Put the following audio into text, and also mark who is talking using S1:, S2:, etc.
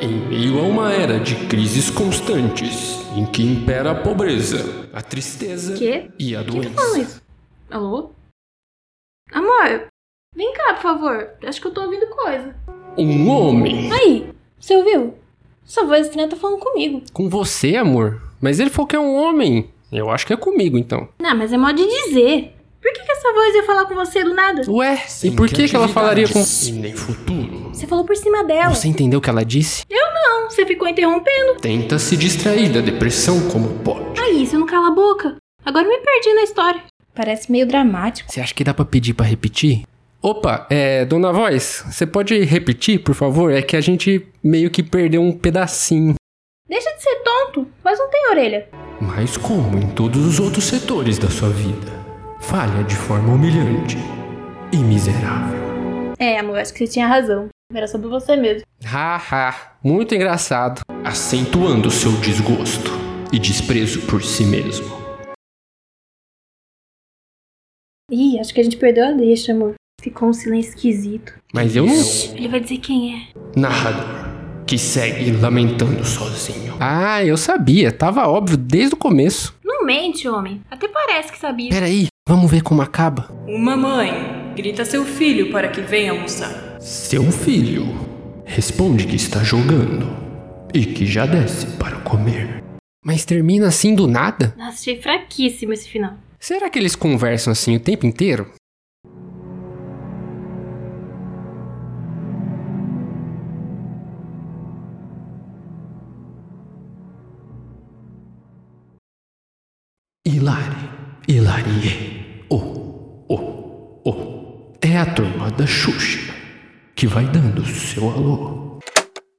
S1: Devido a uma era de crises constantes em que impera a pobreza, a tristeza
S2: Quê?
S1: e a
S2: Quem tá
S1: doença.
S2: falando isso? Alô? Amor, vem cá, por favor. Acho que eu tô ouvindo coisa.
S1: Um homem.
S3: Aí, você ouviu? Sua voz estranha tá falando comigo.
S1: Com você, amor. Mas ele falou que é um homem. Eu acho que é comigo, então.
S2: Não, mas é modo de dizer. Por que, que essa voz ia falar com você do nada?
S1: Ué, e por que, que ela falaria com. E nem futuro.
S3: Você falou por cima dela.
S1: Você entendeu o que ela disse?
S2: Não, você ficou interrompendo.
S1: Tenta se distrair da depressão como pode.
S2: Aí, você não cala a boca. Agora eu me perdi na história.
S3: Parece meio dramático.
S1: Você acha que dá pra pedir pra repetir? Opa, é. Dona Voz, você pode repetir, por favor? É que a gente meio que perdeu um pedacinho.
S2: Deixa de ser tonto, mas não tem orelha.
S1: Mas como em todos os outros setores da sua vida, falha de forma humilhante e miserável.
S2: É, amor, acho que você tinha razão.
S3: Era sobre você mesmo.
S1: Haha, muito engraçado. Acentuando seu desgosto e desprezo por si mesmo.
S3: Ih, acho que a gente perdeu a deixa, amor.
S2: Ficou um silêncio esquisito.
S1: Mas eu não.
S2: Ele vai dizer quem é.
S1: Narrador que segue lamentando sozinho. Ah, eu sabia, tava óbvio desde o começo.
S2: Não mente, homem. Até parece que sabia.
S1: Peraí, vamos ver como acaba.
S4: Uma mãe grita a seu filho para que venha almoçar.
S1: Seu filho responde que está jogando e que já desce para comer. Mas termina assim do nada?
S2: Nossa, achei fraquíssimo esse final.
S1: Será que eles conversam assim o tempo inteiro? Hilari, hilarie, o, o, o. É a turma da Xuxa que vai dando seu alô.